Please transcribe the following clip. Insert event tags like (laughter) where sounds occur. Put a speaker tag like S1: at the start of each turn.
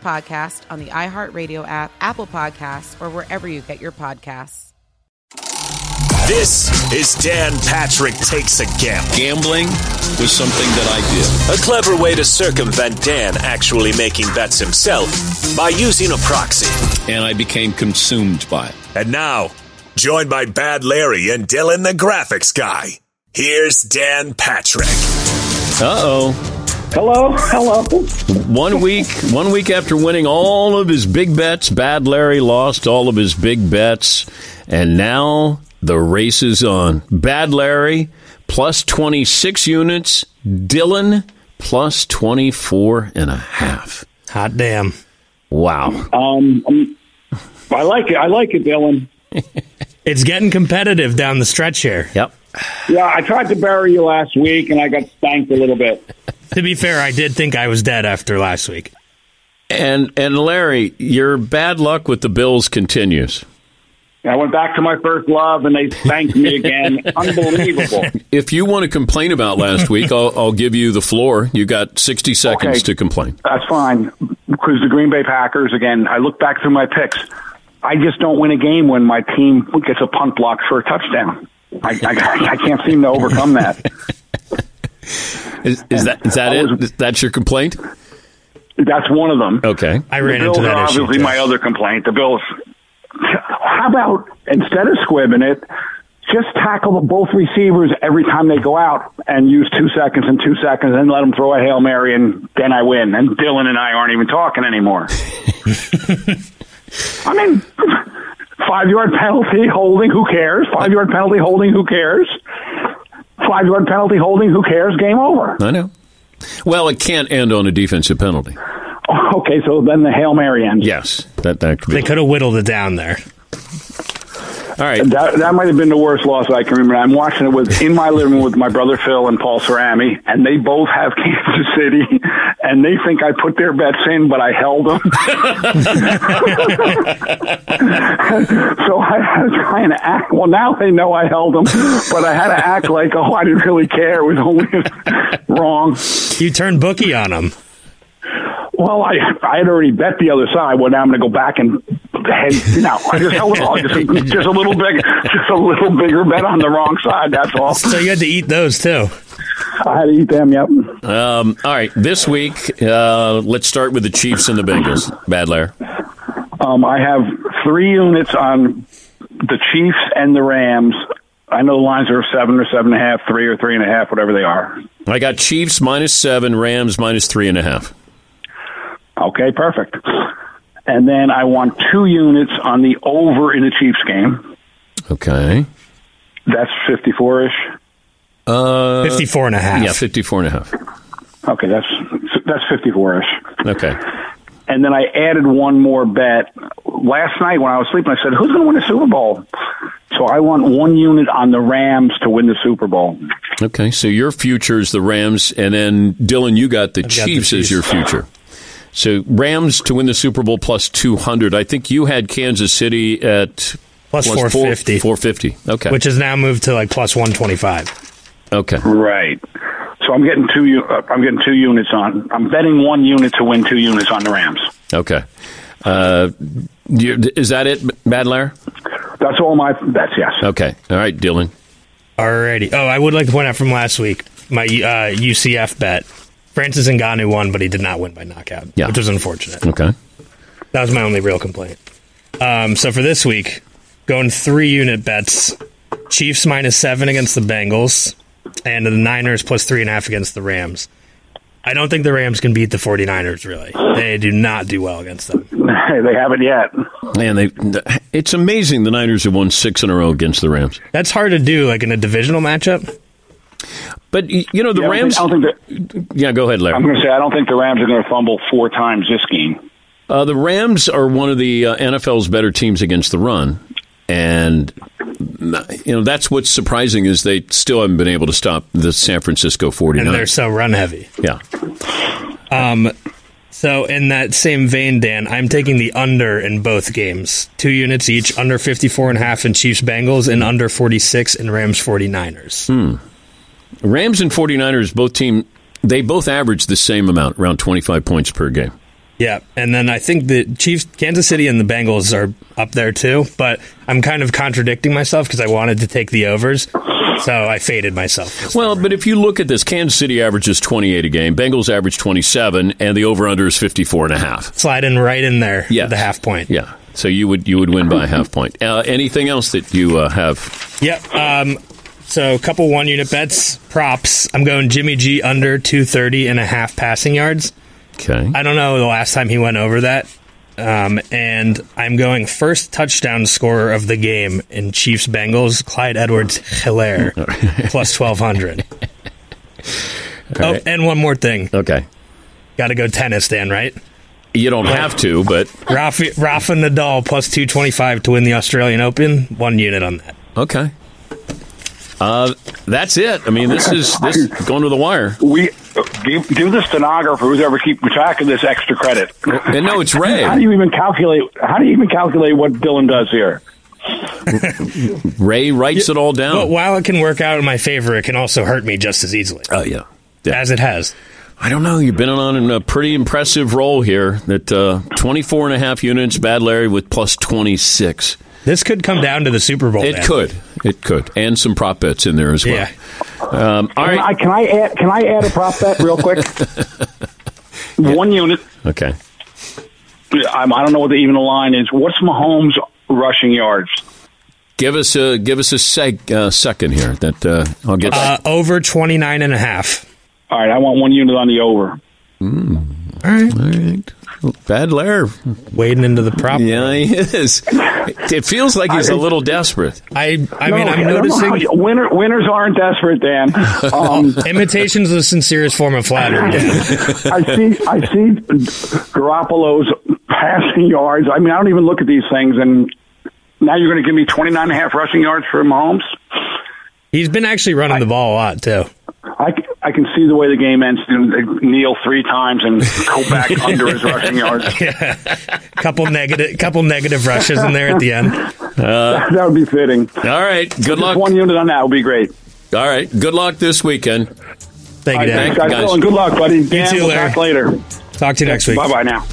S1: podcast on the iHeartRadio app, Apple Podcasts, or wherever you get your podcasts.
S2: This is Dan Patrick Takes a Gamble.
S3: Gambling was something that I did.
S2: A clever way to circumvent Dan actually making bets himself by using a proxy.
S3: And I became consumed by it.
S2: And now, joined by Bad Larry and Dylan the graphics guy, here's Dan Patrick.
S3: Uh oh.
S4: Hello, hello.
S3: One week, one week after winning all of his big bets, Bad Larry lost all of his big bets, and now the race is on. Bad Larry plus 26 units, Dylan plus 24 and a half.
S5: Hot damn.
S3: Wow.
S4: Um, um, I like it. I like it, Dylan.
S5: It's getting competitive down the stretch here.
S3: Yep.
S4: Yeah, I tried to bury you last week, and I got spanked a little bit.
S5: To be fair, I did think I was dead after last week.
S3: And and Larry, your bad luck with the Bills continues.
S4: I went back to my first love, and they spanked me again. Unbelievable.
S3: If you want to complain about
S4: (laughs)
S3: last week, I'll, I'll give you the floor. You got 60 seconds
S4: Okay.
S3: to complain.
S4: That's fine. Because the Green Bay Packers, again, I look back through my picks. I just don't win a game when my team gets a punt block for a touchdown. I, I, I can't seem to overcome that.
S3: Is, is that is that
S4: I
S3: it?
S4: was-
S3: That's your complaint?
S4: That's one of them.
S3: Okay.
S5: I
S4: The
S5: ran
S4: Bills
S5: into that
S4: are
S5: issue.
S4: obviously
S5: too.
S4: my other complaint. The Bills. How about instead of squibbing it, just tackle both receivers every time they go out and use two seconds and two seconds and let them throw a hail mary and then I win. And Dylan and I aren't even talking
S5: (laughs)
S4: anymore. I mean, five yard penalty holding. Who cares? Five yard penalty holding. Who cares? Five yard penalty holding. Who cares? Game over. (laughs)
S3: I know. Well, it can't end on a defensive penalty.
S4: Okay, so then the hail mary ends.
S3: Yes, that that could be.
S5: They could have whittled it down there.
S3: All right.
S4: That, that might have been the worst loss I can remember. I'm watching it with in my living room with my brother Phil and Paul Cerami, and they both have (laughs) Kansas City, and they think I put their bets in, but I held them. (laughs) so I had to try and act. Well, now they know I held them, but I had to act like, oh, I didn't really care. It was only (laughs) wrong.
S5: You turned bookie on them.
S4: Well, I I had already bet the other side. Well, now I'm going to go back and head. No, I (laughs) just held on. Just, just a little big, just a little bigger bet on the wrong side. That's all.
S5: So you had to eat those too.
S4: I had to eat them. Yep.
S3: Um, all right. This week, uh, let's start with the Chiefs and the Bengals. Bad Lair.
S4: Um, I have three units on the Chiefs and the Rams. I know the lines are seven or seven and a half, three or three and a half, whatever they are.
S3: I got Chiefs minus seven, Rams minus three and a half.
S4: Okay, perfect. And then I want two units on the over in the Chiefs game.
S3: Okay.
S4: That's 54 ish.
S3: Uh,
S5: 54 and a half.
S3: yeah, 54 and a half.
S4: Okay, that's that's 54 ish.
S3: Okay.
S4: And then I added one more bet last night when I was sleeping. I said, "Who's going to win the Super Bowl?" So I want one unit on the Rams to win the Super Bowl.
S3: Okay. So your future is the Rams, and then Dylan, you got the,
S5: got the
S3: Chiefs, as
S5: Chiefs.
S3: your future. So Rams to win the Super Bowl plus 200. I think you had Kansas City at
S5: Plus
S3: four-
S5: 450.
S3: 450. Okay.
S5: which has now moved to like plus 125.
S3: okay.
S4: Right. So I'm getting two. u- uh, I'm getting two units on. I'm betting one unit to win two units on the Rams.
S3: Okay. Uh, you, is that it, Bad Lair?
S4: That's all my bets. Yes.
S3: Okay. All right, Dylan.
S5: Alrighty. Oh, I would like to point out from last week my uh, UCF bet. Francis Ngannou won, but he did not win by knockout,
S3: Yeah.
S5: which was unfortunate.
S3: Okay.
S5: That was my only real complaint. Um, so for this week, going three unit bets: Chiefs minus seven against the Bengals, and the Niners plus three and a half against the Rams. I don't think the Rams can beat the 49ers, really. They do not do well against them.
S4: (laughs) they haven't yet.
S3: Man, they, it's amazing the Niners have won six in a row against the Rams.
S5: That's hard to do, like in a divisional matchup.
S3: But, y- you know, the
S4: Yeah, I don't
S3: Rams.
S4: think- I don't think. that-
S3: yeah, go ahead, Larry.
S4: I'm going to say I don't think the Rams are going to fumble four times this game.
S3: Uh, the Rams are one of the uh, NFL's better teams against the run, and you know that's what's surprising is they still haven't been able to stop the San Francisco
S5: And they're
S3: 49ers.
S5: so run heavy.
S3: Yeah,
S5: So, in that same vein, Dan, I'm taking the under in both games. Two units each, under 54 and a half in Chiefs Bengals and under 46 in Rams 49ers.
S3: Rams and 49ers both team they both average the same amount, around 25 points per game.
S5: Yeah, and then I think the Chiefs, Kansas City, and the Bengals are up there too. But I'm kind of contradicting myself because I wanted to take the overs, so I faded myself.
S3: Well, but if you look at this, Kansas City averages 28 a game, Bengals average 27, and the over under is 54 and a half.
S5: Slide in right in there,
S3: Yes.
S5: with the half point.
S3: Yeah, so you would you would win by a half point. Uh, anything else that you uh, have?
S5: Yep. Um, so a couple one unit bets, props. I'm going Jimmy G under 230 and a half passing yards.
S3: Okay,
S5: I don't know the last time he went over that. Um, and I'm going first touchdown scorer of the game in Chiefs Bengals, Clyde Edwards Hilaire,
S3: (laughs)
S5: plus 1,200. Oh, and one more thing.
S3: okay.
S5: Got to go tennis, Dan, right?
S3: You don't have to, but
S5: Rafa, Rafa Nadal, plus 225 to win the Australian Open. One unit on that.
S3: Okay. Uh, that's it. I mean, this is
S4: (laughs)
S3: this going to the wire.
S4: We give, give the stenographer who's ever keeping track of this extra credit.
S3: And no, it's
S4: How do
S3: Ray.
S4: you even calculate? How do you even calculate what Dylan does here?
S3: Ray writes it all
S5: But
S3: down.
S5: while it can work out in my favor, it can also hurt me just as easily
S3: Oh yeah. yeah.
S5: as it has.
S3: I don't know. You've been on a pretty impressive roll here. That uh, 24 and a half units, Bad Larry with plus 26.
S5: This could come down to the Super Bowl.
S3: It
S5: Dan.
S3: could. It could. And some prop bets in there as well.
S5: Oh, Yeah.
S3: Um, all
S4: Can I,
S3: right.
S4: can I add? Can I add a prop bet
S3: (laughs)
S4: real quick? One unit.
S3: Okay.
S4: I'm, I don't know what the, even the line is. What's Mahomes rushing yards?
S3: Give us a give us a seg, uh, second here. That uh, I'll get.
S5: Uh, over 29 and a half.
S4: All right, I want one unit on the over.
S5: All right.
S3: all right. Bad Larry.
S5: Wading into the prop.
S3: Yeah, he is. It feels like he's a little desperate.
S5: I I mean
S4: No,
S5: I'm
S4: don't know how
S5: noticing
S4: you- winner, winners aren't desperate,
S5: (laughs)
S4: Dan. Um,
S5: imitation's the sincerest form of
S4: (laughs)
S5: flattery. Dan.
S4: I see. I see Garoppolo's passing yards. I mean, I don't even look at these things. And now you're going to give me 29 and a half rushing yards for Mahomes.
S5: He's been actually running the ball a lot too.
S4: I, c- I can see the way the game ends. Kneel three times and go
S5: (laughs)
S4: back under his rushing yards.
S5: Couple (laughs) negative couple negative rushes in there at the end.
S4: That would be fitting.
S3: All right. Good luck.
S4: Just one unit on that would be great.
S3: All right. Good luck this weekend.
S5: Thank
S4: All
S5: you,
S4: right,
S5: Dan.
S4: thanks,
S3: Thank you,
S4: guys.
S3: guys.
S4: Dylan, Good luck, buddy. Dan,
S5: too,
S4: we'll talk later.
S5: Talk to you next week.
S4: Bye bye now.